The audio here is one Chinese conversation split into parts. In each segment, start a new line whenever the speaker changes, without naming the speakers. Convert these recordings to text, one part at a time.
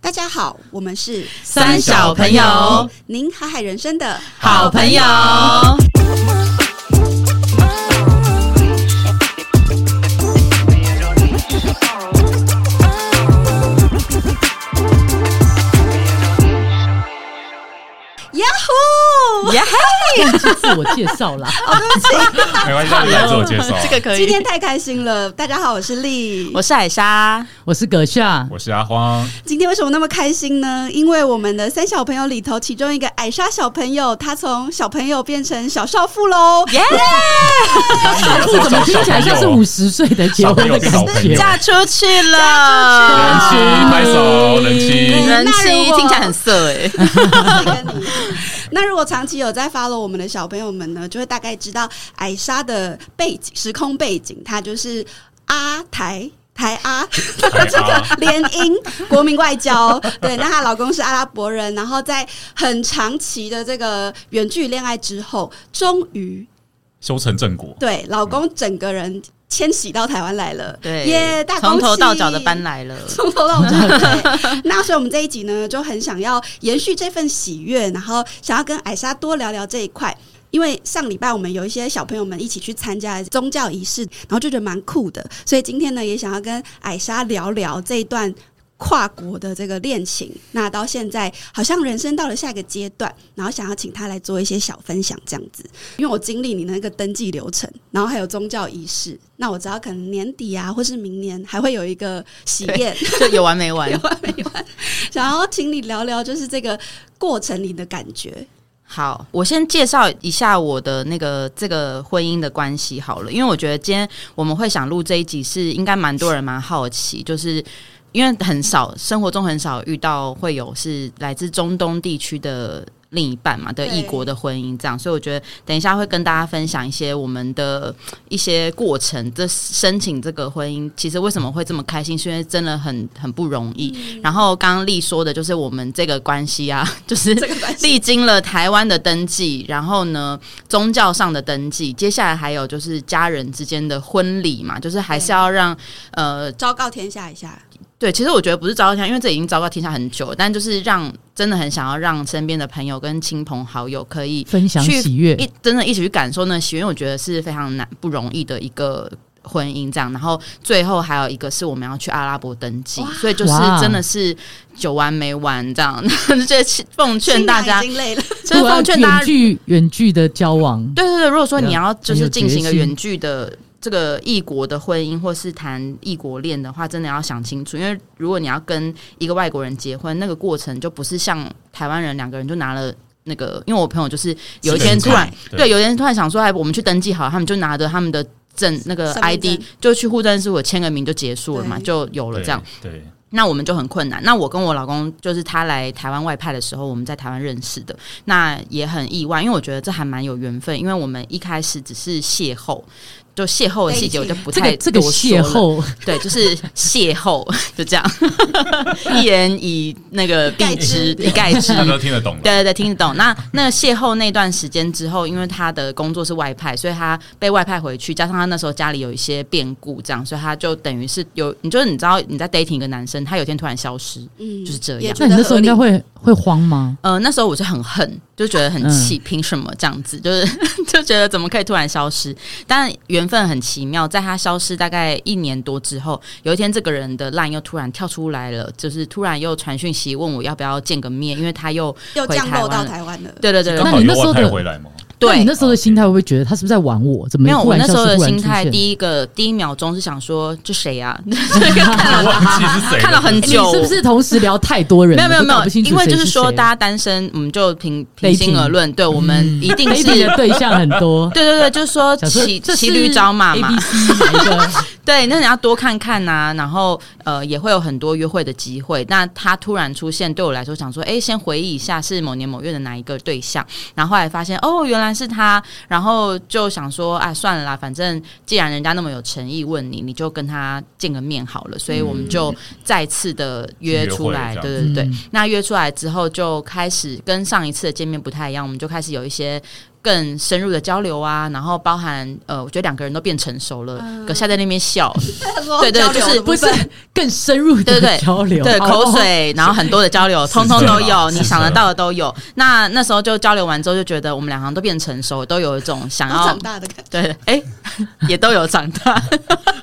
大家好，我们是
三小朋友，
您海海人生的
好朋友。
呀呼！
耶！ 去自我介绍 啦，
没关系，让你啊来自我介绍。
哦这个可以。
今天太开心了，大家好，我是丽。
我是海 莎，
我是葛夏。
我是阿荒，
今天为什么那么开心呢？因为我们的三小朋友里头，其中一个艾莎小朋友，她从小朋友变成小少妇喽。
耶、
这怎么听起来像是五十岁的结婚的感
小朋友变老朋
觉
友？
嫁出去了啊
人，妻拍手，人妻。
那
人
如
妻
果
听起来很色哎、
跟你 那如果长期有在 follow 我们的小朋友们呢，就会大概知道艾莎的背景、时空背景，她就是阿台。台阿这个联姻国民外交，对，那她老公是阿拉伯人，然后在很长期的这个远距恋爱之后，终于
修成正果，
对老公整个人迁徙到台湾来了，
对，
耶，大
从头到脚的
搬
搬来 了，
从头到尾。那所以我们这一集呢，就很想要延续这份喜悦，然后想要跟艾莎多聊聊这一块。因为上礼拜我们有一些小朋友们一起去参加宗教仪式，然后就觉得蛮酷的，所以今天呢也想要跟艾莎聊聊这一段跨国的这个恋情。那到现在好像人生到了下一个阶段，然后想要请她来做一些小分享这样子。因为我经历你那个登记流程，然后还有宗教仪式，那我知道可能年底啊，或是明年还会有一个喜宴，
就有完没完
有。完没完？ 想要请你聊聊，就是这个过程里的感觉。
好，我先介绍一下我的那个这个婚姻的关系好了，因为我觉得今天我们会想录这一集是应该蛮多人蛮好奇，就是因为很少生活中很少遇到会有是来自中东地区的。另一半嘛的
对
异国的婚姻这样，所以我觉得等一下会跟大家分享一些我们的一些过程。这申请这个婚姻，其实为什么会这么开心，是因为真的很很不容易。
嗯
然后刚刚丽说的就是我们这个关系啊， 就是
这个关系，
历经了台湾的登记，然后呢，宗教上的登记，接下来还有就是家人之间的婚礼嘛，就是还是要让呃，
昭告天下一下，
对，其实我觉得不是昭告天下，因为这已经昭告天下很久了，但就是让真的很想要让身边的朋友跟亲朋好友可以
分享喜悦，
一真的一起去感受那个喜悦，因为我觉得是非常难不容易的一个。婚姻这样，然后最后还有一个是我们要去阿拉伯登记
哇，
所以就是
哇
真的是九完没完这样， 这奉劝大家
新郎已经 累了，
就是奉劝大
远
家，
距远距的交往，
对对对，如果说你要
这
就
样很有
是进行一个
决心
远距的这个异国的婚姻，或是谈异国恋的话，真的要想清楚，因为如果你要跟一个外国人结婚，那个过程就不是像台湾人两个人就拿了。那个，因为我朋友就是有一天突然，对，有一天突然想说，哎，我们去登记好了，他们就拿着他们的证那个
身份
ID
证
就去户政事务签个名就结束了嘛，
对
就有了
对
这样。，
对，
那我们就很困难。那我跟我老公就是他来台湾外派的时候，我们在台湾认识的，那也很意外，因为我觉得这还蛮有缘分，因为我们一开始只是邂逅。就邂逅的细节，我就不
这
太
个这个
多说
邂
了，
逅，
对，就是邂逅，就这样，一言以那个蔽之，一概之。
大家都听得懂了。
对对对，听得懂。那那个邂逅那段时间之后，因为他的工作是外派，所以他被外派回去，加上他那时候家里有一些变故，这样，所以他就等于是有，你就是你知道你在 dating 一个男生，他有一天突然消失。
嗯
就是这样
也觉
那
得
你那时候应该
合理
会会慌吗？
呃，那时候我是很恨，就觉得很气，凭、什么这样子？就是就觉得怎么可以突然消失？但缘分很奇妙，在他消失大概一年多之后，有一天这个人的 line 又突然跳出来了，就是突然又传讯息问我要不要见个面，因为他又
又降落到
回
台湾了。
对对对对
刚
那
好
你
有
那时候
外
的
派回来吗？
那你
对
那时候的心态会不会觉得他是不是在玩我？怎么
没有，
忽
我
然
那时候
消失
的
忽然
心态，
出现
第一个第一秒钟是想说，这谁 啊？
忘记是谁了，
看到很
你
久，
是不是同时聊太多人
没
了？
有没有没
都搞不
有，
清楚
因为
谁
就是是说，
谁
大家单身，我们就平平心
Dating
而论，对我们一定是，。
dating 的对象很多
对对对，就是说
嗯想说
骑
这
骑
是
驴找马
A
嘛
B，C 哪一个？
对，那你要多看看呐、然后呃也会有很多约会的机会。那他突然出现，对我来说想说，哎，先回忆一下是某年某月的哪一个对象，然后后来发现哦原来是他，然后就想说啊算了啦，反正既然人家那么有诚意问你，你就跟他见个面好了，所以我们就再次的约出来，
约会这
对
样
对对。
嗯
那约出来之后，就开始跟上一次的见面不太一样，我们就开始有一些更深入的交流啊，然后包含呃，我觉得两个人都变成熟了，可是还在那边笑， 对对就是
不是更深入
对
的
对
交流，
对
哦
口，水，然后很多的交流，通通都有，你想得到的都有。那那时候就交流完之后，就觉得我们两行都变成熟，都有一种想
都 长
要
大的感觉。
对，哎、也都有长大，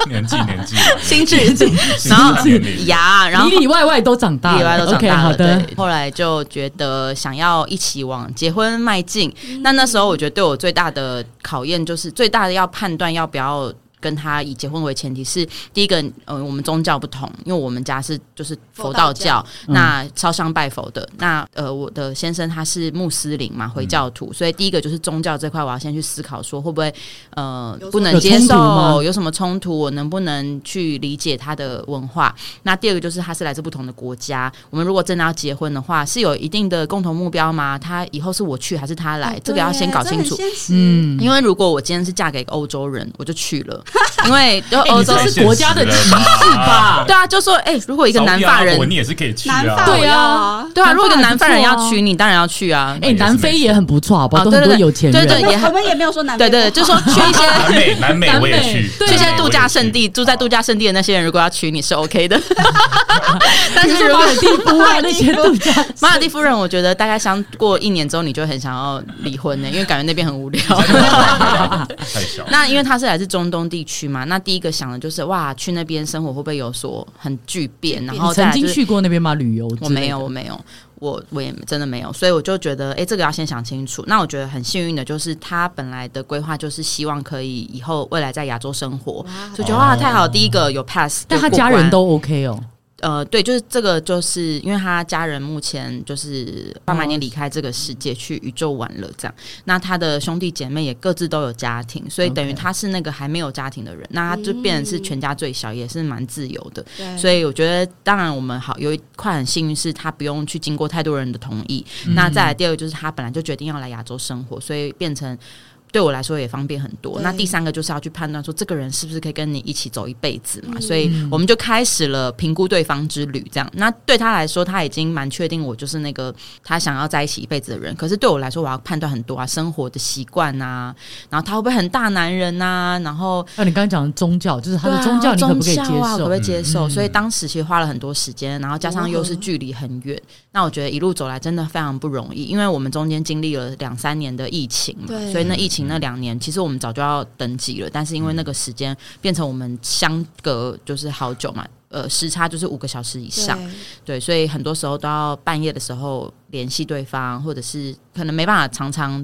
年纪年纪，
心智已经，
心
然后嗯
智年龄，
牙，然后
里里外外都长大了，
里外都长
OK，
大
好
了，
的，
对。后来就觉得想要一起往结婚迈进。
嗯
那那时候我觉得对我最大的考验就是最大的要判断要不要。跟他以结婚为前提是第一个，呃，我们宗教不同，因为我们家是就是佛道教，
嗯
那烧香拜佛的。那呃，我的先生他是穆斯林嘛，回教徒，所以第一个就是宗教这块，我要先去思考说会不会呃
有
不能
有
接
冲突
受，
吗
有什么冲突，我能不能去理解他的文化？那第二个就是他是来自不同的国家，我们如果真的要结婚的话，是有一定的共同目标吗？他以后是我去还是他
哦
来？这
哦
个要先搞清楚。
嗯，
嗯，
因为如果我今天是嫁给一个欧洲人，我就去了，因为 就
哎
欧洲
你这是国家的歧视吧？
对啊，就说哎、如果一个南法人
烧鸭啊我，你也是可以去啊，
南法
对
我要
对啊，如果一个南
南
法
法
人
人不错啊
要娶你，当然要去啊。
哎，南非也很不错，好不好？
哦
都
对
很
对
多
对
有钱
对
人，
对也很
我们也没有说南非
对对对，
不
就
好
说去 一些
南美南美我也去，
对啊
这
这
些度假胜地，住在度假胜地的那些人，如果要娶你是 OK 的。但
就是是
如
马
果
尔蒂 夫啊那些度假，
马尔蒂夫人，我觉得大概相过一年之后，你就会很想要离婚呢、因为感觉那边很 无聊。
太 小，
那因为他是来自中东地区嘛，那第一个想的就是哇，去那边生活会不会有所很巨变？然后
你
再
曾
来就
经
是
去过那边吗？旅游？
啊我没有，，我没有，我我也真的没有，所以我就觉得，哎、这个要先想清楚。那我觉得很幸运的就是，他本来的规划就是希望可以以后未来在亚洲生活，就觉得哇，太好，第一个有 pass，
但
有
他
过
家
关
人都 OK 哦，
呃，对，就是这个，就是因为他家人目前就是爸妈已经离开这个世界去宇宙玩了，这样。那他的兄弟姐妹也各自都有家庭，所以等于
OK
他是那个还没有家庭的人，那他就变成是全家最小，也是蛮自由的。
对
所以我觉得，当然我们好有一块很幸运是他不用去经过太多人的同意。
嗯
那再来第二个就是他本来就决定要来亚洲生活，所以变成。对我来说也方便很多。
对
那第三个就是要去判断说，这个人是不是可以跟你一起走一辈子
嗯
嘛？所以我们就开始了评估对方之旅。这样，那对他来说，他已经蛮确定我就是那个他想要在一起一辈子的人。可是对我来说，我要判断很多啊，生活的习惯啊，然后他会不会很大男人啊，然后
那哦你刚刚讲的宗教，就是他
对
的宗教，你可不可以接
啊宗教啊可不
受
可？以接受？所以当时其实花了很多时间，然后加上又是距离很远，那我觉得一路走来真的非常不容易，因为我们中间经历了两三年的疫情嘛
对，
所以那疫情那两年，其实我们早就要登记了，但是因为那个时间变成我们相隔就是好久嘛，呃，时差就是五个小时以上，
对
对，所以很多时候都要半夜的时候联系对方，或者是可能没办法常常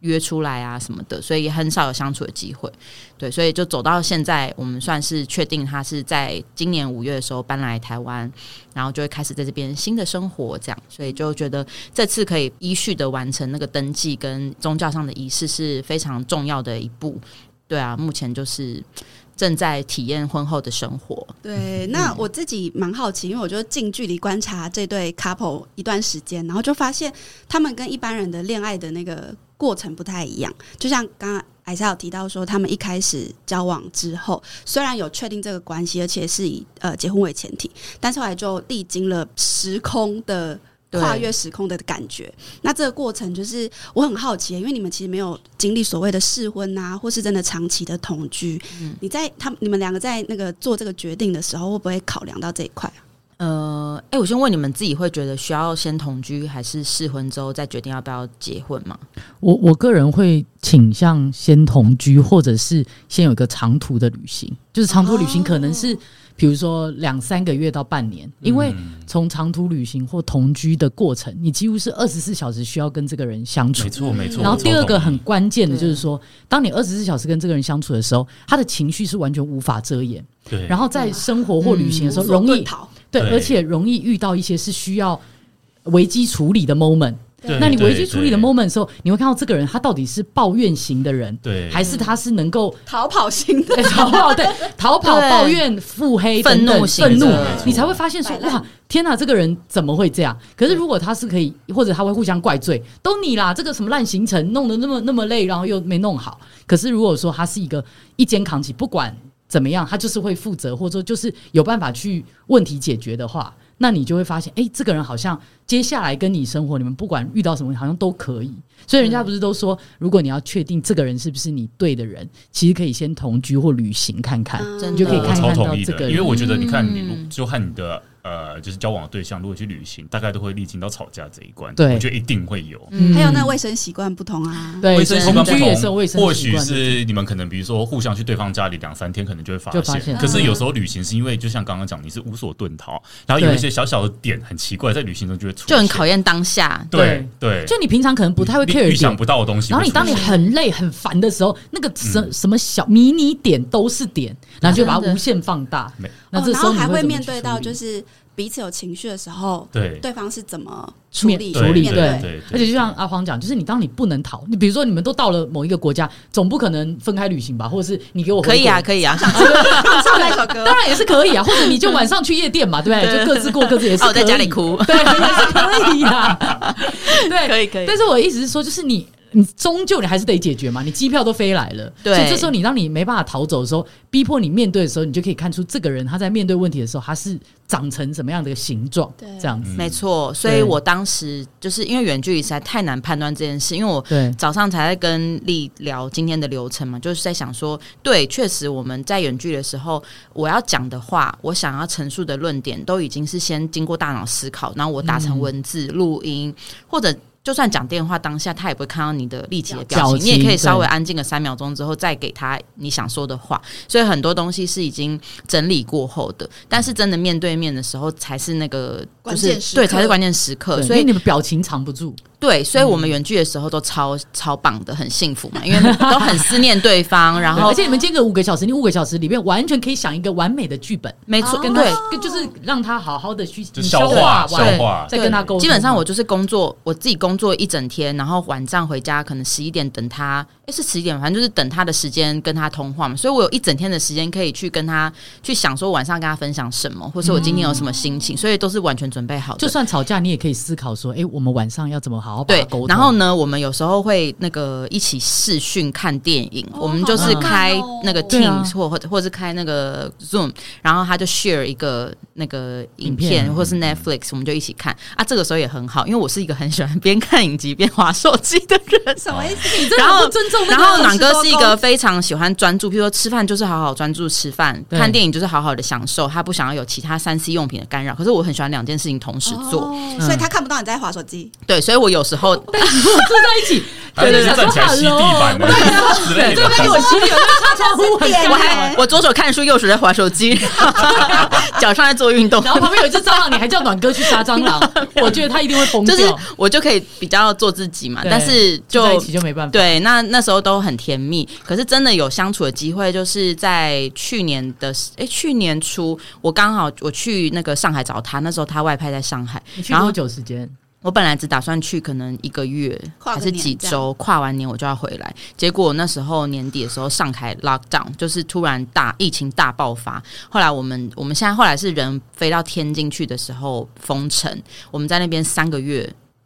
约出来啊什么的，所以也很少有相处的机会。对，所以就走到现在，我们算是确定他是在今年五月的时候搬来台湾，然后就会开始在这边新的生活，这样，所以就觉得这次可以依序的完成那个登记跟宗教上的仪式是非常重要的一步。对啊，目前就是正在体验婚后的生活。
对，
嗯
那我自己蛮好奇，因为我就近距离观察这对 couple 一段时间，然后就发现他们跟一般人的恋爱的那个过程不太一样。就像刚刚艾莎有提到说，他们一开始交往之后，虽然有确定这个关系，而且是以呃结婚为前提，但是后来就历经了时空的。
对
跨越时空的感觉，那这个过程就是我很好奇，因为你们其实没有经历所谓的试婚啊，或是真的长期的同居，
嗯
你在他们你们两个在那个做这个决定的时候，会不会考量到这一块啊？
呃，哎、我先问你们自己会觉得需要先同居还是试婚之后再决定要不要结婚吗？
我我个人会倾向先同居，或者是先有一个长途的旅行，就是长途旅行
哦
可能是、比如说两三个月到半年，因为从长途旅行或同居的过程，你几乎是二十四小时需要跟这个人相处
没。错没错。
然后第二个很关键的
对
就是说，当你二十四小时跟这个人相处的时候，他的情绪是完全无法遮掩。
对，
然后在生活或旅行的时候，
嗯无所
容易
遁逃，
对，
对
而且容易遇到一些是需要危机处理的 moment。
对
那你
嗯对
危机处理的
对
moment 的时候，你会看到这个人他到底是抱怨型的人，
对
还是他是能够
逃跑型的，
哎 逃跑对逃跑
对
抱怨腹黑等
愤
等
怒型
愤怒
的没
错，
你才会发现说
摆烂
哇天哪，这个人怎么会这样？可是如果他是可以，或者他会互相怪罪，都你啦，这个什么烂行程弄得那么那么累，然后又没弄好。可是如果说他是一个一肩扛起，不管怎么样，他就是会负责，或者说就是有办法去问题解决的话，那你就会发现，哎、这个人好像接下来跟你生活，你们不管遇到什么问题，好像都可以。所以人家不是都说，如果你要确定这个人是不是你对的人，其实可以先同居或旅行看看，
嗯
真
你
的
就可以
我
看
超
看
同
到
意
这
的，
个
因为
人。
我觉得你看你如
嗯
就和你的呃就是交往的对象，如果去旅行，大概都会历经到吵架这一关，
对
我觉得一定会有。
嗯
还有那卫生习惯不同啊，
对
卫生习惯
同
不
居也是有卫
同，
生
或
习
许
惯的
是你们可能比如说互相去对方家里两三天，可能就会发
就发
现。
现
可是有时候旅行是因为就像刚刚讲，你是无所遁逃，然后有一些小小的点很奇怪，在旅行中就会出现，
就很考验当下。
对对，
就你平常可能不太会
你
care
预想
点，
不到的东西
然
会出现。
后你当你很累很烦的时候，那个什、
嗯
什么小迷你点都是点，然后就把
真的
它无限放大
没。
那
哦
这时
然
候
后
你
还
会
会
怎么
面
去
对
处
到
理
就是彼此有情绪的时候，
对
对方是怎么处
面
理
处理
面
对
对
对
而且就像阿黄讲，就是你当你不能逃，你比如说你们都到了某一个国家，总不可能分开旅行吧？或者是你给我回
可以啊，
国，
可以啊，
唱那首 歌
当然也是可以啊，或者你就晚上去夜店嘛，对不对？就各自过各自也是
哦，我在
可以
家里， 哭，
对，也是可以啊。对，
可以可以
但。是我的意思是说，就是你。你终究你还是得解决嘛，你机票都飞来了，
对
所以这时候你让你没办法逃走的时候，逼迫你面对的时候，你就可以看出这个人他在面对问题的时候，他是长成什么样的一个形状，
对
这样子，
嗯
没错，所以
对
我当时就是因为远距离实在太难判断这件事，因为我
对，
早上才在跟丽聊今天的流程嘛，就是在想说，对，确实我们在远距的时候，我要讲的话，我想要陈述的论点，都已经是先经过大脑思考，然后我打成文字、录、音，或者就算讲电话当下，他也不会看到你的立体的表
表
情，
情
你也可以稍微
对
安静个三秒钟之后，再给他你想说的话。所以很多东西是已经整理过后的，但是真的面对面的时候，才是那个
关
就
键
是
时刻
对，才是关键时刻。
对
呃所
因为
以
你们表情藏不住，
对，所以我们
嗯
远距的时候都超超棒的，很幸福嘛，因为都很思念对 方，然
对
后
而且你们间隔五个小时，你五个小时里面完全可以想一个完美的剧本，
没错，
哦
啊跟他
对。
跟就是让他好好的去
就
你
消
化
化消
完，
化，
再跟他沟通嘛。
基本上我就是工作，我自己工作一整天，然后晚上回家可能十一点等他，诶是十一点，反正就是等他的时间跟他通话嘛，所以我有一整天的时间可以去跟他去想说晚上跟他分享什么，或是我今天有什么心
嗯
情，所以都是完全准备好的。
就算吵架，你也可以思考说，哎，我们晚上要怎么好好把它
对
沟通。，
然后呢，我们有时候会那个一起视讯看电影，
哦
我们就是
好浪漫
开
哦
那个
对啊
Teams 或或或是开那个 Zoom，然后他就 share 一个那个影
影片嗯
片或是 Netflix，我们就一起看啊。这个时候也很好，因为我是一个很喜欢边看影集边划手机的人。
什么意思？
你真的
然后
不尊重那
然
个
后
老
朗
师
哥
多
是一
沟
个非常喜欢专注，譬如说吃饭就是好好专注吃饭，
对
看电影就是好好的享受，他不想要有其他三 C 用品的干扰。可是我很喜欢两件事情同时做，
哦
嗯
所以他看不到你在划手机，
对，所以我有时候
但是如果住在一起，
他就
对
是
对对
站起来吸地板的
对
之类的
对，边我心里有那个窗户很
点
我
亮，
还我左手看书，右手在划手机， 脚上在做运动，
然后旁边有一只蟑螂，你还叫暖哥去杀 蟑螂，我觉得他一定会疯
就是
掉。
我就可以比较做自己嘛。
对
但是
住在一
就
起就没办法，
对，那那时候都很甜蜜，可是真的有相处的机会，就是在去年的诶，去年初我刚好我去那个上海找他，那时候他外派在上海，
你去
然后
多久时间？
我本来只打算去可能一个月
跨
还
个
是
年
几
这样
周，跨完年我就要回来。结果那时候年底的时候，上海 lockdown 就是突然大疫情大爆发。后来我们我们现在后来是人飞到天津去的时候封城，我们在那边三个月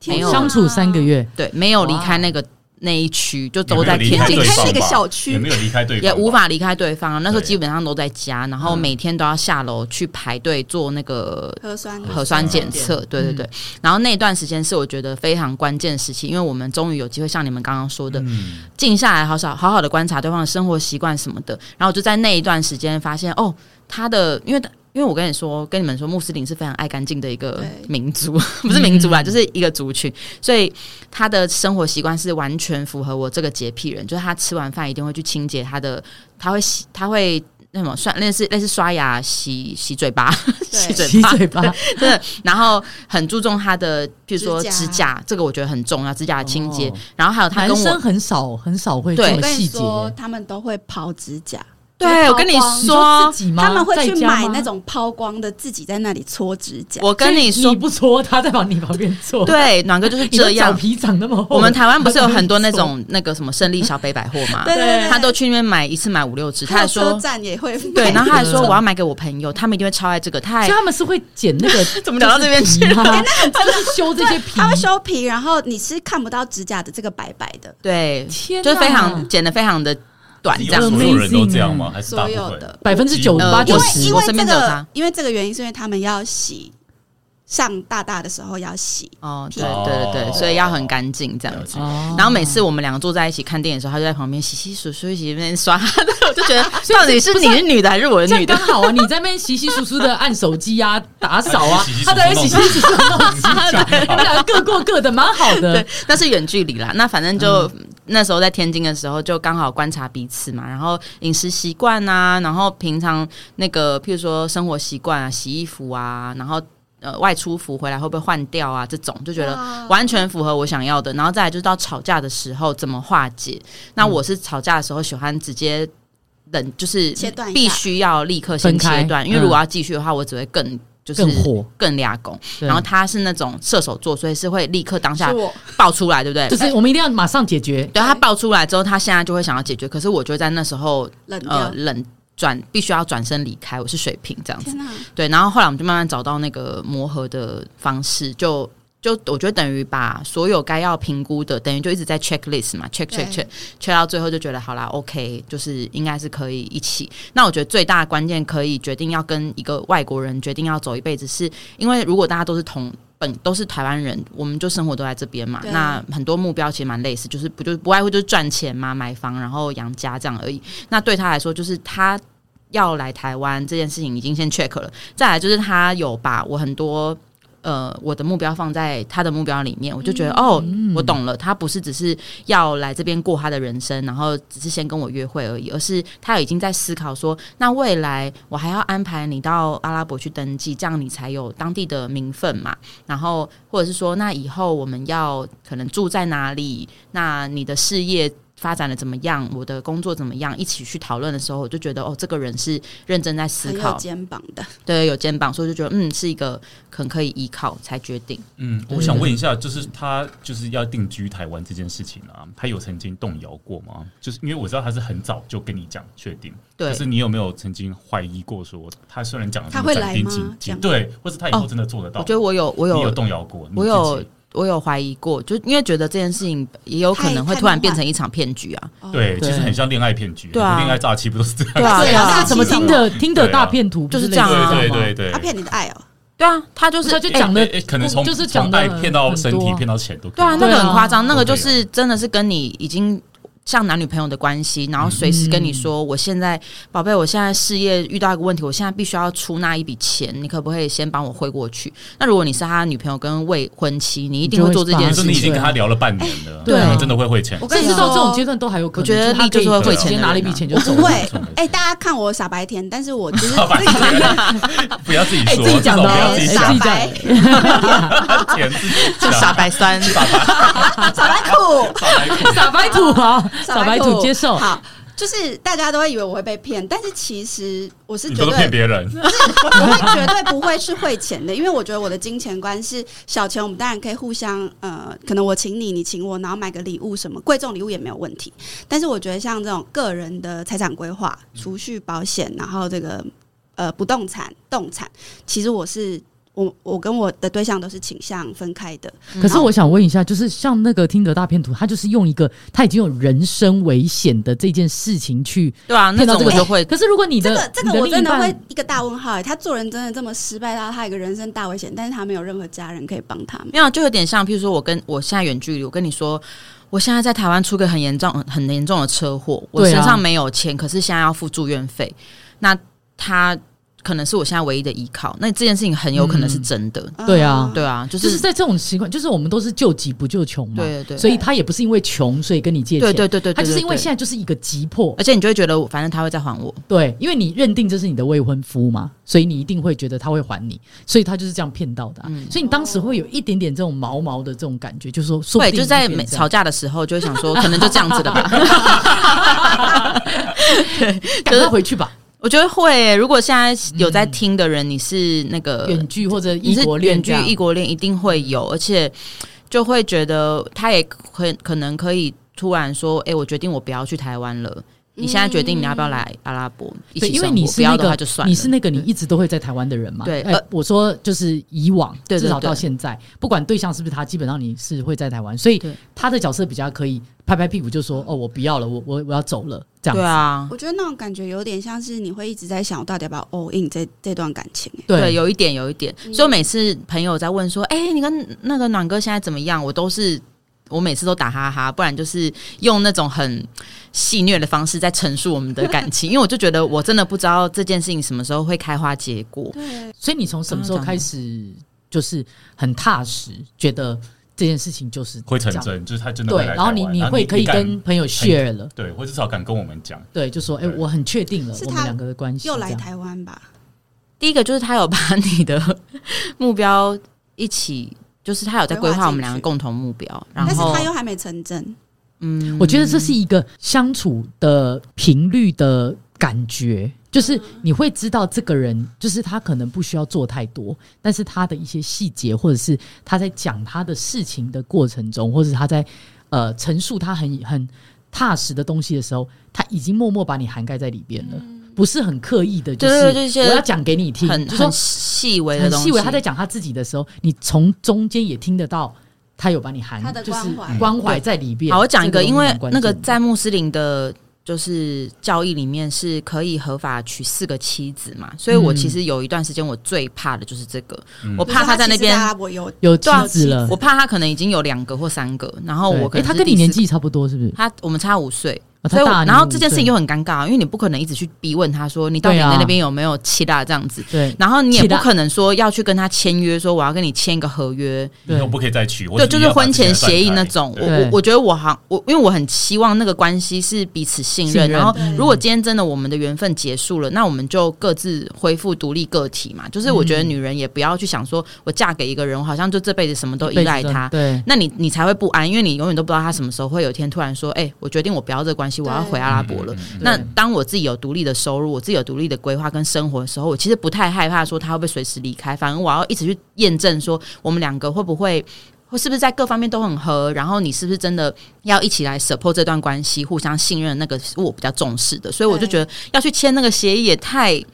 没有
天
啊相
哪
处三个月，
对没有离开
哇
那个那一区，就都在
有没有离
天
开
津
离
对
市
开
方
那个
吧
小区
也没有离开对方吧，
也无法离开对方。啊那时候
对
基本上都在家，然后
嗯
每天都要下楼去排队做那个
核酸
核酸检测，对对对。然后那段时间是我觉得非常关键时期，因为我们终于有机会像你们刚刚说的，
嗯。
静下来，好少好好的观察对方的生活习惯什么的。然后我就在那一段时间发现，哦，他的因为他。因为我跟你说，跟你们说，穆斯林是非常爱干净的一个
对
民族， 不是民族啦，就是一个族群，所以他的生活习惯是完全符合我这个洁癖人，就是他吃完饭一定会去清洁他的，他会洗，他会那什么，算类似类似刷牙、洗洗嘴巴、洗
对
嘴
洗
巴、
嘴巴，
真的，然后很注重他的，譬如说
指甲
指甲，这个我觉得很重啊要，指甲的清洁。
哦
然后还有他
男
跟
生
我，
很少很少会
对
这
我
么
跟你
细节。
说，他们都会刨指甲，
对我跟你
你说
说，
自己吗？
他们会
在
去
家
买
吗
那，种抛光的，自己在那里搓指甲。
我跟你
所以
说
你，不搓，他在往你旁边搓。，
对，暖哥就是
你的
这
脚
样。
皮长那么厚。
我们台湾不是有很多那
他在那
种那个什么胜利小北百货嘛？
对对对，
他都去那边买一次买五六只，他
还
还
有车
说。
站也会卖
对，然后他还说
真的
我要买给我朋友，他们一定会超爱这个。他
所
还
以他们是会剪那个
怎么聊到这边去了
就是皮吗？就是修这些皮
他。会修皮，然后你是看不到指甲的这个白白的，
对，
天哪
就是非常剪的非常的短这
有
样
子
所有人都这样吗？
Amazing
还是大
所
部
有
分？
的。
百分之九十
呃
八
因
九
为
我
十
因
我
为
身
这
边就有
个
他，
因为这个原因，是因为他们要洗上大大的时候要洗。
哦，对对对对，所以要很干净这样子。
哦
然后每次我们两个坐在一起看电影的时候，他就在旁边洗洗数数、洗洗那边刷，我就觉 得到底是你是女的还是我
这
是
样
女的
刚？好啊，你在那边洗洗簌簌的按手机啊、打扫啊
洗洗簌簌，
他在那边洗洗簌簌 弄擦的，你们两个各过各的，蛮好的
对。，那是远距离啦。那反正就、
嗯
那时候在天津的时候，就刚好观察彼此嘛，然后饮食习惯啊，然后平常那个譬如说生活习惯啊，洗衣服啊，然后呃外出服回来会不会换掉啊，这种就觉得
哇
完全符合我想要的。然后再来就是到吵架的时候怎么化解。那我是吵架的时候喜欢直接。冷就是
切断一下
必须要立刻先
分开
切断，因为如
嗯
果要继续的话，我只会更就是
更火
更俩拱。
对
然后他是那种射手座，所以哦是啊会立刻当下
是我
爆出来，对不对？
就是我们一定要马上解决。
对他爆出来之后，他现在就会想要解决。可是我就会在那时候，
冷掉。
呃，冷转必须要转身离开，我是水瓶这样子。
天哪，
对，然后后来我们就慢慢找到那个磨合的方式，就就我觉得等于把所有该要评估的，等于就一直在 checklist 嘛，check
对
check check check 到最后就觉得好啦，OK，就是应该是可以一起。那我觉得最大的关键可以决定要跟一个外国人决定要走一辈子是，因为如果大家都是同。本都是台湾人，我们就生活都在这边嘛。
对
那很多目标其实蛮类似，就是不就不外乎就是赚钱嘛，买房，然后养家这样而已。那对他来说，就是他要来台湾这件事情已经先 check 了，再来就是他有把我很多呃我的目标放在他的目标里面，我就觉得、哦，我懂了，他不是只是要来这边过他的人生，然后只是先跟我约会而已，而是他已经在思考说，那未来我还要安排你到阿拉伯去登记，这样你才有当地的名分嘛。然后或者是说，那以后我们要可能住在哪里？那你的事业。发展的怎么样？我的工作怎么样？一起去讨论的时候，我就觉得哦，这个人是认真在思
很有
考，
肩膀的，
对，有肩膀，所以就觉得嗯，是一个很可以依靠才决定。
嗯，我想问一下，就是他就是要定居台湾这件事情啊，他有曾经动摇过吗？就是因为我知道他是很早就跟你讲确定，
对
可是你有没有曾经怀疑过说，他虽然讲了
他会来
斩钉
吗
截
这
铁，
样
对，或是他以后
哦
真的做得到？
我觉得我有，我
你有
有，
动摇过，你
我
自
有
己，
我有怀疑过，就因为觉得这件事情也有可
太
能会
太
突然
梦
变
幻
成一场骗局啊。
哦
对，
对
其实很像恋爱骗局，
对啊
很多恋爱诈欺不都是这样？
对啊，
对
对
啊
那
啊，
什么
是这样
听
吗
的听的
对啊
大骗图，
就是
类
这
似
样啊
对
样吗
对对对，
他骗你的爱哦，
对啊，他就是
他就
哎
讲的
诶诶可能从
就是
从
讲得
爱骗到身
很
体，
多
骗到钱都可以
对啊，那
对
个
啊
很夸张，那个
都
就
可以啊
是真的是跟你已经。像男女朋友的关系，然后随时跟你说，我现在宝贝，我现在事业遇到一个问题，我现在必须要出那一笔钱，你可不可以先帮我汇过去？那如果你是他女朋友跟未婚妻，你一定会做这件
你
事
说
就会
你 已
情。
经跟他聊了半年了，
对啊
可能真的会汇钱
我。跟
甚
你
至
说，
到这种阶段都还有可能，
我觉得力就是会
会
汇
直
钱
接
的
拿了一
人
笔
啊
钱就
我
走
不
了。
会
没错没错。
哎、大家看我傻白甜，但是我 就是
老板不要自己说，
自己讲的
这种不
哦
要自
哎
己
傻
自
讲
己，
白，
钱自己
就
讲，
傻白酸，
傻白苦。
傻 白
傻白
苦。
土 啊，
傻
傻
白
白
土
土接受。
好，就是大家都会以为我会被骗，但是其实我是
你
绝
都
对
是骗别人，
我会绝对不会是汇钱的，因为我觉得我的金钱观是小钱，我们当然可以互相呃，可能我请你，你请我，然后买个礼物什么贵重礼物也没有问题。但是我觉得像这种个人的财产规划、储蓄、保险，然后这个呃不动产、动产，其实我是。我我跟我的对象都是倾向分开的，
可是我想问一下，就是像那个听得大骗图，他就是用一个他已经有人身危险的这件事情去
对啊，那
骗到
种
这
我
个
就会
可是如果你
这
的
个这
你
个我
另
真
一
的会
半，
一个大问号、欸。他做人真的这么失败到他有一个人生大危险，但是他没有任何家人可以帮他们。
没有，就有点像，譬如说我跟我现在远距离，我跟你说，我现在在台湾出个很严重、很严重的车祸，我
对啊
身上没有钱，可是现在要付住院费，那他可能是我现在唯一的依靠，那这件事情很有可能是真的，
对啊
嗯
对啊，就、
就是是在这种情况，就是我们都是救急不救穷嘛。
对对对，
所以他也不是因为穷所以跟你借
对
钱，
对对对，
他就是
对
因为
对
现在就是一个急迫
而，且你就会觉得，反正他会再还我，
对，因为你认定这是你的未婚夫嘛，所以你一定会觉得他会还你，所以他就是这样骗到的啊、
嗯
所以你当时会有一点点这种毛毛的这种感觉，就是说，说
对，
不定
就在
你
每
变这
吵
样
架的时候，就会想说，可能就这样子的吧。
赶快回去吧，
我觉得会耶、如果现在有在听的人，你是那个
嗯远距或者
呃你
异
是
国
远
恋
距
这样
异国恋一定会有，而且就会觉得他也很可能可以突然说，哎、我决定我不要去台湾了。你现在决定你要不要来阿拉伯一
嗯对，
起
因为
生
你
活，
是
不要
那
的话
个
就算了。
你是那个你一直都会在台湾的人嘛？
对
哎
呃
我说就是以往，
对对
至少到
对
现在，不管对象是不是他，基本上你是会在台湾，所以
对
他的角色比较可以拍拍屁股就说哦，我不要了，我我我要走了这样
对
子。
啊，
我觉得那种感觉有点像是你会一直在想，我到底要不要 all in 这这段感情、欸？
对
对，有一点，有一点。所以每次朋友在问说：“哎、你跟那个暖哥现在怎么样？”我都是我每次都打哈哈，不然就是用那种很戏谑的方式在陈述我们的感情，因为我就觉得我真的不知道这件事情什么时候会开花结果。
对，
所以你从什么时候开始
嗯
就是很踏实，觉得这件事情就是
会成
这样
真，就是他真的会
对，
来
然后
台
你
湾啊
你会可以
敢
跟朋友 share 了，
对，或至少敢跟我们讲，
对，就说哎、
对
我很确定了
是
我
他
们两个的关系
又来
这样
台湾吧？
第一个就是他有把你的目标一起，就是他有在
规
规
划进
划
去
我们两个共同目标，然
但是
后
他又还没成真，
嗯，
我觉得这是一个相处的频率的感觉，就是你会知道这个人，就是他可能不需要做太多，但是他的一些细节，或者是他在讲他的事情的过程中，或者是他在呃陈述他很很踏实的东西的时候，他已经默默把你涵盖在里边了，不是很刻意的，
嗯
就
对对对就是是
我要讲给你听，
很
就说
很细微的
很
东西，
细微，他在讲他自己的时候，你从中间也听得到。他有把你涵，
他的
就是
关怀
关怀在里边。
好，我讲一
这
个，
东西
因为
蛮关
那个
键的
在穆斯林的，就是教义里面是可以合法娶四个妻子嘛，所以我
嗯
其实有一段时间我最怕的就是这个，
嗯
我怕
他
在那边，
我有
有妻
对啊
子了，
我怕他可能已经有两个或三个，然后
对
我可
诶
能
他
是
跟
第
你年
四个，
纪差不多，是不是？
他我们差五岁。
哦
所以
他
我，
大你
然后
五
这件事情
岁
又很尴尬，因为你不可能一直去逼问他说你到底
对啊
在那边有没有妻大这样子，
对
然后你也
其
不
他
可能说要去跟他签约，说我要跟你签一个合约，
以后
对
不可以再娶，或
对，
者
就
你
是
要把
婚
自己
前
的
协议
断开
那种。我
对
对
我我觉得我好，我因为我很期望那个关系是彼此信任。
信任嗯
然后
对，
如果今天真的我们的缘分结束了，那我们就各自恢复独立个体嘛。就是我
嗯
觉得女人也不要去想说，我嫁给一个人，我好像就这辈子什么都依赖他。
对
那你你才会不安，因为你永远都不知道他什么时候会有一天突然说：“哎、我决定我不要这个关系，我要
对
回阿拉伯了。
嗯嗯嗯
那
对
当我自己有独立的收入，我自己有独立的规划跟生活的时候，我其实不太害怕说他会不会随时离开，反而我要一直去验证说我们两个会不会。或是不是在各方面都很合？然后你是不是真的要一起来 support 这段关系，互相信任？那个是我比较重视的，所以我就
对
觉得要去签那个协议也太太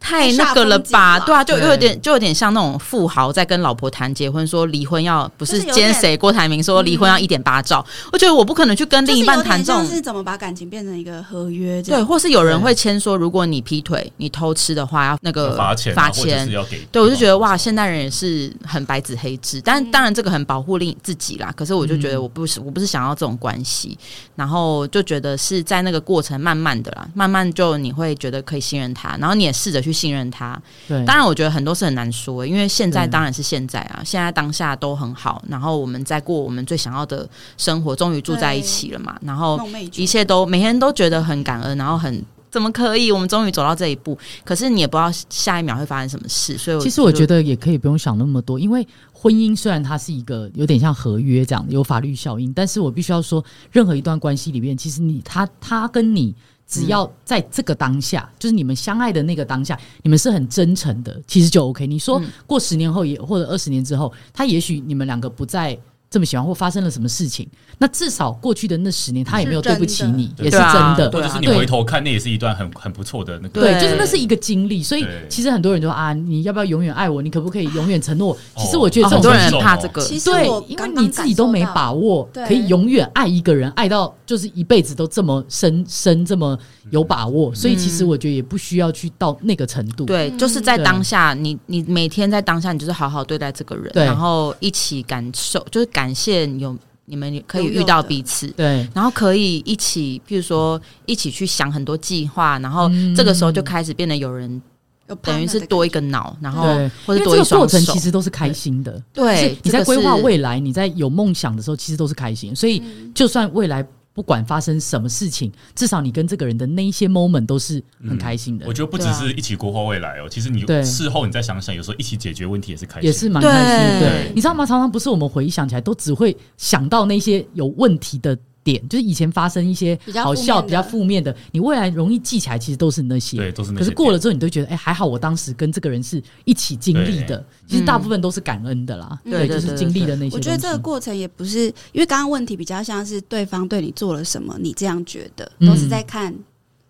太
那个
煞
了
风景
吧？
了
对啊，就
对
有点就有点像那种富豪在跟老婆谈结婚，说离婚要不是
就是有
今天
点嗯
谁郭台铭说离婚要一点八兆，我觉得我不可能去跟另一半谈
就是
这
有点
种
像是怎么把感情变成一个合约这
对，
样。
或是有人会签说，如果你劈腿、你偷吃的话，要那个
罚钱啊，
罚
或者
钱
是。要给。
对，我就觉得哇，，现代人也是很白纸黑字，但当然这个很保护令自己啦。可是我就觉得我不是，我不是想要这种关系，然后就觉得是在那个过程慢慢的啦，慢慢就你会觉得可以信任他，然后你也试着去信任他，
对，
当然，我觉得很多事很难说，因为现在
对
当然是现在啊，现在当下都很好，然后我们在过我们最想要的生活，终于住在一起了嘛，然后
梦寐以求。
一切都每天都觉得很感恩，然后很怎么可以，我们终于走到这一步，可是你也不知道下一秒会发生什么事，所以
其实我觉
得
得也可以不用想那么多，因为婚姻虽然它是一个有点像合约这样有法律效应，但是我必须要说，任何一段关系里面，其实你他他跟你。只要在这个当下，
嗯
就是你们相爱的那个当下，你们是很真诚的，其实就 OK。你说
嗯
过十年后也或者二十年之后，他也许你们两个不再这么喜欢，或发生了什么事情，那至少过去的那十年，他也没有对不起你，
是
也是
真
真
的
的。
或者是你
对
回头看，那也是一段很很不错的那个。
对，
对
就是那是一个经历，所以
对
其实很多人就说啊，你要不要永远爱我？你可不可以永远承诺我？其实我觉
哦
得这
很
种
多
东
人
西、
很怕这个，
其实
对
我，
因为
刚刚
你自己都没
感受到
把握，
对
可以永远爱一个人，爱到就是一辈子都这么深深这么有把握，所以其实我觉得也不需要去到那个程度。
对，
嗯
就是在
哦对
当下，你你每天在当下，你就是好好对待这个人，
对
然后一起感受，就是感谢有你们可以
拥有
遇到
的
彼此，
对
然后可以一起，譬如说一起去想很多计划，然后
嗯
这个时候就开始变得有人
有
等于是
partner 的
多一个脑，然后
对
哦或者
因
多
为
一
这个过
双
程
手
其。实都是开心的，
对
是，你
这
在
个
规
是嗯
划未来，你在有梦想的时候，其实都是开心。所以，
嗯
就算未来不管发生什么事情，至少你跟这个人的那一些 moment 都是很开心的
我，觉得不只是一起规划未来哦，其实你
啊对
事后你再想想，有时候一起解决问题也是开心，
也是蛮开心的。
对
对，你知道吗？常常不是我们回想起来，都只会想到那些有问题的点，就是以前发生一些
比较
好笑、比较
负
负面的，你未来容易记起来，其实都是那些。
对，都是那
可
些
是
点。
过了之后，你都觉得，哎、还好我当时跟这个人是一起经历的。其实大部分都是感恩的啦，
嗯
对，
对
就是经历的那些
我
东西。
觉得这个过程也不是，因为刚刚问题比较像是对方对你做了什么，你这样觉得，
嗯
都是在看。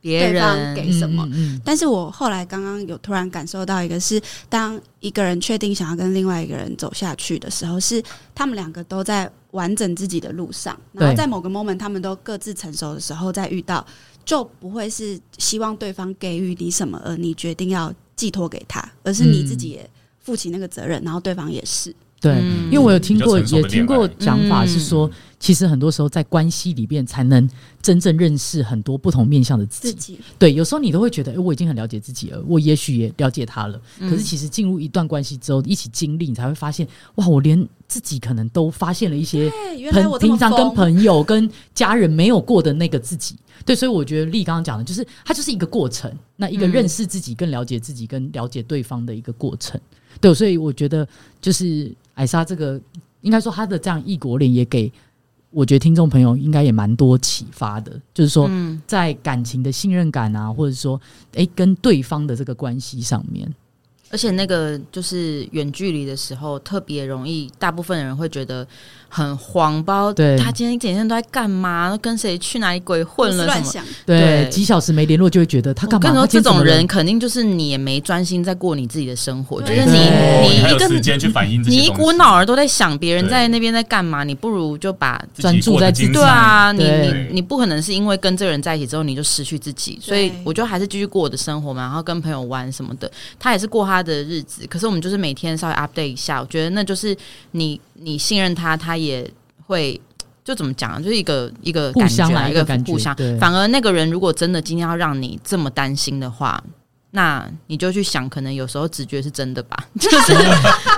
别
对方
人
给什么
嗯嗯
但是我后来刚刚有突然感受到一个是，当一个人确定想要跟另外一个人走下去的时候，是他们两个都在完整自己的路上，然后
对
在某个 moment 他们都各自成熟的时候再遇到，就不会是希望对方给予你什么，而你决定要寄托给他，而是你自
嗯
己也负起那个责任，然后对方也是。
对，
嗯
因为我有听过，
比较成熟
也
的
听
恋
过
爱
讲法
嗯
是说，其实很多时候在关系里边才能真正认识很多不同面向的自
自
己。
己
对，有时候你都会觉得，哎、我已经很了解自己了，我也许也了解他了。
嗯
可
嗯
是其实进入一段关系之后，一起经历，你才会发现，哇，我连自己可能都发现了一些
对，原来
朋
我这么
平常跟
疯
朋友、 跟家人没有过的那个自己。对，所以我觉得丽刚刚讲的，就是它就是一个过程，那一个
嗯
认识自己、更了解自己、跟了解对方的一个过程。对，所以我觉得就是艾莎这个，应该说她的这样异国恋也给。我觉得听众朋友应该也蛮多启发的，就是说，
嗯
在感情的信任感啊，或者说，哎、跟对方的这个关系上面，
而且那个就是远距离的时候，特别容易，大部分人会觉得很慌，不知道
对
他今天一整天都在干嘛，跟谁去哪里鬼
胡
混
思
了什
乱
么。
想，
对，
对
几小时没联络就会觉得他
我
干嘛？
跟你
他
说，这
今天怎么
种
了
人肯定就是你也没专心在过你自己的生活，就
对
是你
对
你
还
一
有
个
时间去反映这些
你
东
一
西，
股脑儿都在想别人
对
在那边在干嘛，你不如就把
自己
专注
过得
在自己
精
对啊，
精
你
彩
你
对
你不可能是因为跟这个人在一起之后你就失去自己，所以
对
我就还是继续过我的生活嘛，然后跟朋友玩什么的，他也是过他的日子，可是我们就是每天稍微 update 一下，我觉得那就是你你信任他，他也会。就怎么讲啊，就是一个一个
互
感觉
相
啊，
啦
一
一
个
个感觉
互相
对。
反而那个人如果真的今天要让你这么担心的话，那你就去想，可能有时候直觉是真的吧， 就是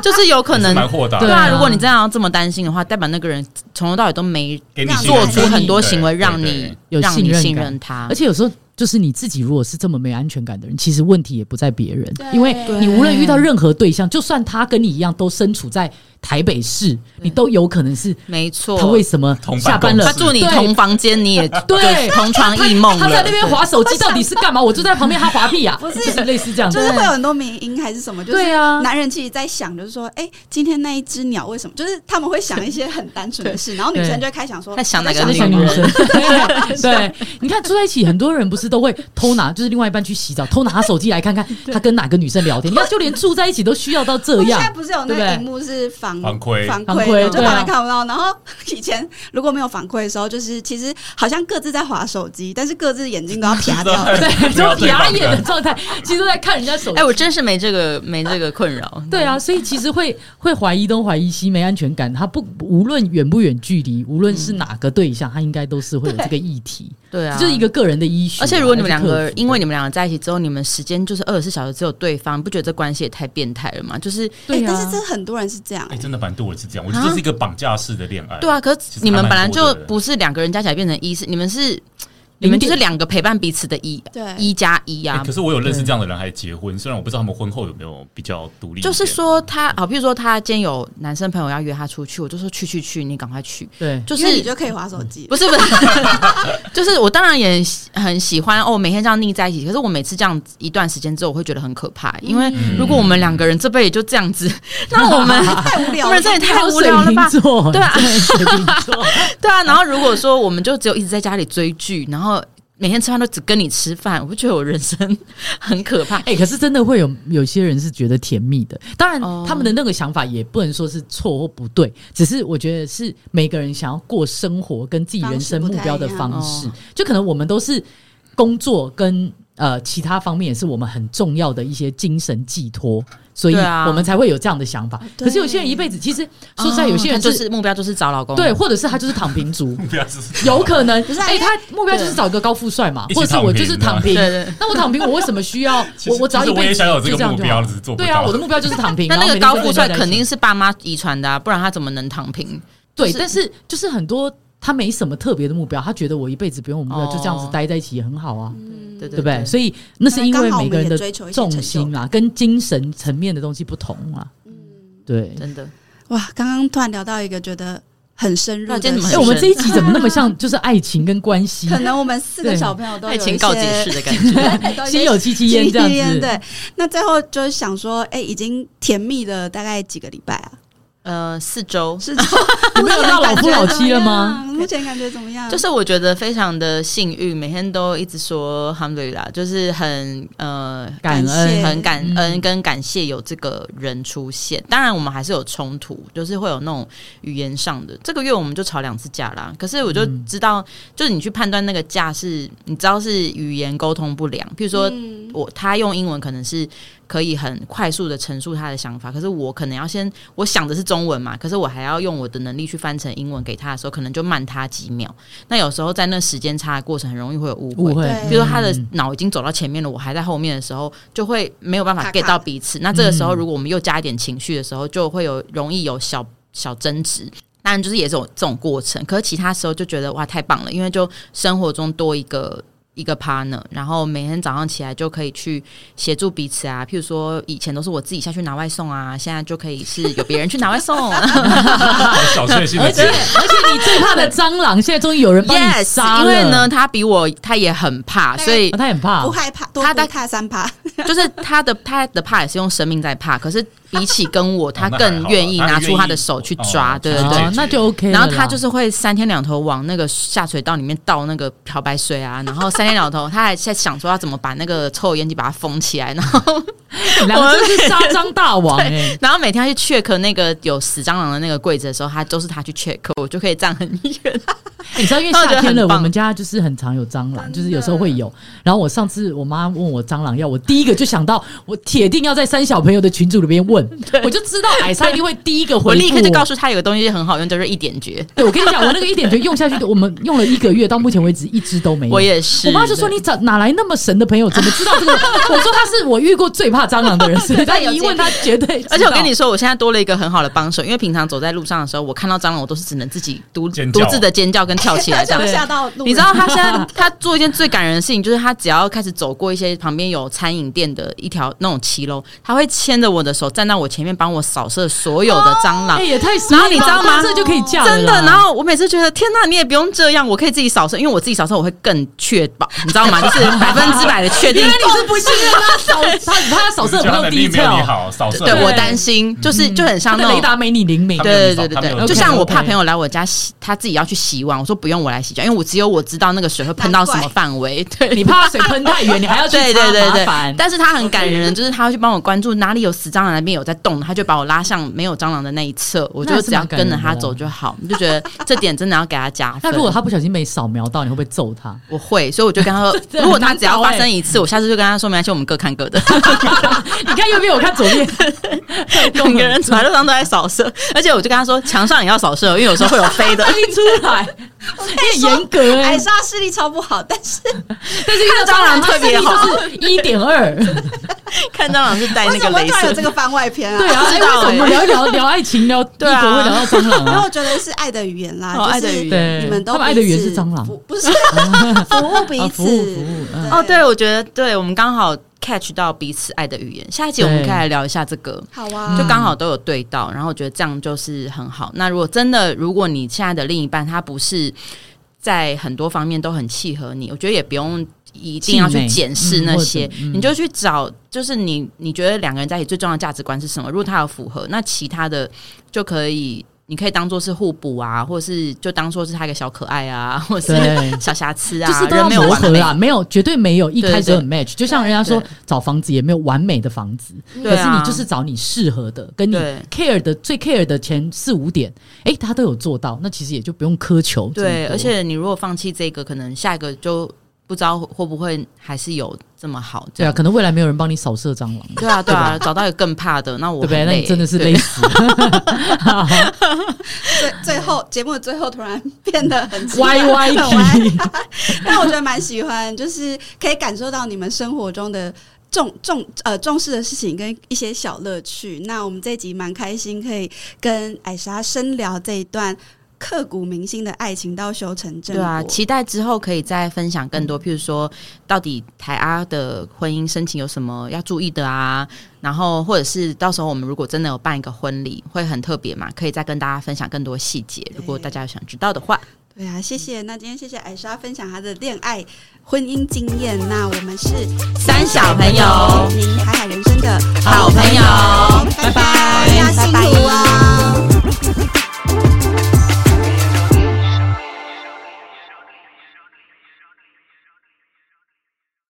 就是有可
也是
能
蛮豁达的，
对
对啊
啊，如果你真的要这么担心的话，代表那个人从头到尾都没
给你
让
信
做
任
出
感
很多行为
对
让
对
你
对
有
让
信
你
任
信
感
任他
而。且有时候就是你自己，如果是这么没安全感的人，其实问题也不在别人，
对
因为
对
你无论遇到任何对象，就算他跟你一样都身处在台北市，你都有可能是
没错，
他为什么
同办
下班
公
了
他
室
住你
对
同房间，你也
对
就同床异梦
他
了
在那。边划手机到底是干嘛？我就在旁边，他划屁呀、
不是
就是类似这样
就
子。
是会有很多民音还是什么，就是
对啊
男人其实在想，就是说，哎、今天那一只鸟为什么？就是他们会想一些很单纯的事，然后女生就会开始想说，
在想哪个
我
那
在
小
什
女
么
女
生， 对，你看住在一起，很多人不是都会偷拿，就是另外一半去洗澡，偷拿他手机来 看看他跟哪个女生聊天。你看，就连住在一起都需要到这
我哦现
样
在。不是有那
对不
个
对
荧幕是防
防窥
防
防窥
窥，就
对
旁
啊
边看不到。然后 以前如果没有防窥的时候，就是其实好像各自在划手机，但是各自眼睛都要 啪掉。
对，
不要
就
对
牙
方
眼的状态，其实都在看人家手机
哎，。我真是没这个没这个困扰。嗯
对啊，所以其实会会怀疑东怀疑西，没安全感。他不无论远不远距离，无论是哪个对象，他应该都是会有这个议题，
对啊，
就是一个个人的医学啊。
而且如果你们两
要去克
个
服，的
因为你们两个在一起之后，你们时间就是二十四小时只有对方，不觉得这关系也太变态了吗？就是
哎
对
但是
啊，
这很多人是这样
哎，，真的蛮对我是这样，我觉得这是一个绑架式的恋爱，
对啊，可
其
是
实
你们
还蛮
本来
多
就
的
不是两个人加起来变成一，是你们是你们就是两个陪伴彼此的一
对
一加一
哎
啊
可。是我有认识这样的人还结婚，虽然我不知道他们婚后有没有比较独立一点，
就是说他啊，比如说他今天有男生朋友要约他出去，我就说去去去，你赶快去。
对
就
因为你
是
就可以划手机。
不是 不是，就是我当然也很喜欢哦，每天这样腻在一起。可是我每次这样子一段时间之后，我会觉得很可怕，因为
嗯。
如果我们两个人这辈子就这样子，
嗯
那我 们
太无
我
聊了
们，这也太无聊了
水瓶
吧？
座，
对啊
你真的是水瓶座，
对啊，然后如果说我们就只有一直在家里追剧，然后每天吃饭都只跟你吃饭，我就觉得我人生很可怕。
哎、可是真的会有有些人是觉得甜蜜的，当然
哦
他们的那个想法也不能说是错或不对，只是我觉得是每个人想要过生活跟自己人生目标的方
方式
式，
不太一样哦
就可能我们都是工作跟呃其他方面也是我们很重要的一些精神寄托，所以
对啊
我们才会有这样的想法。
对
可是有些人一辈子其实 说实在，有些人
哦他就是目标就是找老公，啊
对，，或者是他就是躺 平族
不要啊就是
有可能，
不是啊
哎、
因为
他目标就是
对
找一个高富帅嘛，
一起
或者是我就是躺
躺
平
对，对。
那我躺平，我为什么需要
其
我
实
我只要
其
一
实我
辈
也
子
想有这
就
个
样
目
就
标，
好
只是做不
对啊，
到
我的。目标就是躺平。
那那个
然
高
后每天
富
跟人
帅
家在一起
肯定是爸妈遗传的、啊，不然他怎么能躺平？
对，
是
但是就是很多他没什么特别的目标，他觉得我一辈子不用有目标，
哦
就这样子待在一起也很好啊，
嗯
对
对
对
不对？所以那是因为每个人的
追求一些
重
成就
心啊，跟精神层面的东西不同啊。对，
嗯真的
哇，刚刚突然聊到一个觉得很深入
哇真的
的
很
哎、
事
我们
深
这一集 怎么那么像就是爱情跟关系？
可能我们四个
对
小朋友都有
爱
一
情
些
告解 式的感觉。
都
先
有
有戚戚焉这样
经验
子，
对，那最后就是想说，哎、已经甜蜜了大概几个礼拜 啊，
呃，四周
是
你们有到老夫老妻了吗？
目前感觉怎么样？
就是我觉得非常的幸运，每天都一直说 h a m d u l a 就是很呃。
感
感谢
恩。
很 感恩
嗯
跟感谢有这个人出现，当然我们还是有冲突，就是会有那种语言上的。这个月我们就吵两次架啦，可是我就知道，就是你去判断那个架是，你知道是语言沟通不良，譬如说
嗯
我他用英文可能是可以很快速的陈述他的想法，可是我可能要先我想的是中文嘛，可是我还要用我的能力去翻成英文给他的时候，可能就慢他几秒。那有时候在那时间差的过程，很容易会有误
误
会。
会
对，
比如说他的
嗯
脑已经走到前面了，我还在后面的时候，就会没有办
卡
法
卡
get 到彼此。那这个时候，
嗯
如果我们又加一点情绪的时候，就会有容易有小小争执。当然，就是也是有这种过程。可是其他时候就觉得哇，太棒了，因为就生活中多一个一个 partner，然后每天早上起来就可以去协助彼此啊。譬如说，以前都是我自己下去拿外送啊，现在就可以是有别人去拿外送。
好小确幸的
而且
结
而且你最怕的蟑螂，现在终于有人帮你
yes，
杀
因
了。
为呢，他比我他也很怕，所以
哦，他很怕
不，害怕，多
他
不
大
怕三怕，
就是他的他的怕也是用生命在怕，可是比起跟我，他
那还
更
好啊
愿意
他
拿
愿
出
意
他的手去抓，
哦
对
去
对对
哦
解。决
那就 OK 了
然
啦。
后他就是会三天两头往那个下水道里面倒那个漂白水啊，然后三天两头他还在想说要怎么把那个抽油烟机把它封起来，然后
你们两个就是杀蟑大王哎
然后每天他去 check 那个有死蟑螂的那个柜子的时候，他都是他去 check，我就可以站很远。
哎你知道，因为
那我觉得
夏天了，
很棒
我们家就是很常有蟑螂，
的
就是有时候会有。然后我上次我妈问我蟑螂药，我第一个就想到，我铁定要在三小朋友的群组里面问，我就知道艾莎一定会第一 个
我
回复
立刻就告诉他有个东西很好用，就是一点绝。
对，我跟你讲，我那个一点就用下去，我们用了一个月，到目前为止一只都没有。
我也是，
我妈就说：“你找哪来那么神的朋友？怎么知道这 个？”我说：“她是我遇过最怕蟑螂的人，所以她
对有
一
经
问
验
她绝对。”
而且我跟你，说，我现在多了一个很好的帮手，因为平常走在路上的时候，我看到蟑螂，我都是只能自己独
尖
独
叫
自的尖叫跟跳起 来这样
就。吓到路人
你知道他现在他做一件最感人的事情，就是他只要开始走过一些旁边有餐饮店的一条那种骑楼，他会牵着我的手站到我前面，帮我扫射所有的蟑螂
哦
哎，。也太神
然
了
后你知道吗？
这就可以嫁啊了啦
真的。然后我每次觉得天呐，你也不用这样，我可以自己扫射，因为我自己扫射我会更确保，你知道吗？就是 百分之百的确定
原来你是不信任她扫她她扫射不
就是他
用
能力没有你
detail，
好，扫射
对
对
我担心，就是
嗯
就很
她
像那
的
种
雷达没你灵敏
他。没有
对
你扫
对对
他没
对
有
对，
你
就
扫
像我
OK，OK
怕朋友来我家洗，他自己要去洗碗，我说不用我来洗就好，因为我只有我知道那个水会喷到什么范围。 对，
你怕水喷太远，你还要去
对对
擦
对
麻
对
烦。，
但是他很感人，就是他会去帮我关注哪里有死蟑螂，那边有在动，他就把我拉向没有蟑螂的那一侧，我
那
就
还是
只要
蛮感
跟着
人的
他
啦
走就好。我就觉得这点真的要给他加分。
那如果她不小心被扫描到，你会不会揍她？，
我会，所以我就跟他说
这
如果
很
他
难
只要
搞
发
欸
生一次，我下次就跟他说没关系，我们各看 各的。
你看右边，我看左 边，
两个人走在路上都在扫射，而且我就跟他说墙上也要扫射，因为有时候会有飞 的。
一出来，你很严格哎、
艾
欸，
莎视力超不好，但 是
但是遇到蟑螂特别好，是一点二。
看蟑螂是带那
为
个
什么
镭
突然有
射
这。个番外篇啊？
对啊，
不
哎
知
为
道
什么
欸
我们聊一聊聊爱情，聊异国
对啊
会聊到蟑螂
因为
啊
我？觉得是爱的语言啦，
哦
就是
爱的语
言
你们都
对他们爱的语言
彼此
是蟑螂
不不是 服务彼
啊
此，
服务服务嗯
哦，对，我觉得对我们刚好 catch 到彼此爱的语言。下一集我们可以来聊一下这个，
好
嗯
啊，
就刚好都有对到，然后我觉得这样就是很好。那如果真的，如果你现在的另一半他不是在很多方面都很契合你，我觉得也不用。一定要去检视那些，
气馁嗯或者嗯
你就去找，就是你你觉得两个人在一起最重要的价值观是什么？如果他有符合，那其他的就可以，你可以当做是互补啊，或是就当做是他一个小可爱啊，或是
对
小瑕疵啊，
就是都
人
要
没有
磨
完
合啊
美
啦，没有绝对没有一开始
对对
很 match。就像人家说
对，
找房子也没有完美的房子，
对
可是
啊
你就是找你适合的，跟你
对
care 的最 care 的前四五点，哎，他都有做到，那其实也就不用苛求这么多。
对，而且你如果放弃这个，可能下一个就不知道会不会还是有这么好这
对啊，
样。
可能未来没有人帮你扫射蟑螂。
对啊，对啊，找到有更怕的， 那我
对不对？
很
那你
累欸
真的是
对
累死了，
最最后节目的最后突然 变得很奇怪
歪歪
很歪
题。
但我觉得蛮喜欢，就是可以感受到你们生活中的重重呃重视的事情跟一些小乐趣。那我们这一集蛮开心，可以跟艾莎深聊这一段。刻骨铭心的爱情到修成正
对
果。
啊，期待之后可以再分享更多，
嗯
譬如说，到底台阿的婚姻申请有什么要注意的啊？然后，或者是到时候我们如果真的有办一个婚礼，会很特别嘛？可以再跟大家分享更多细节，如果大家有想知道的话。
对啊，谢谢。那今天谢谢艾莎分享她的恋爱、婚姻经验。那我们是
三小朋友
您海海人生。啊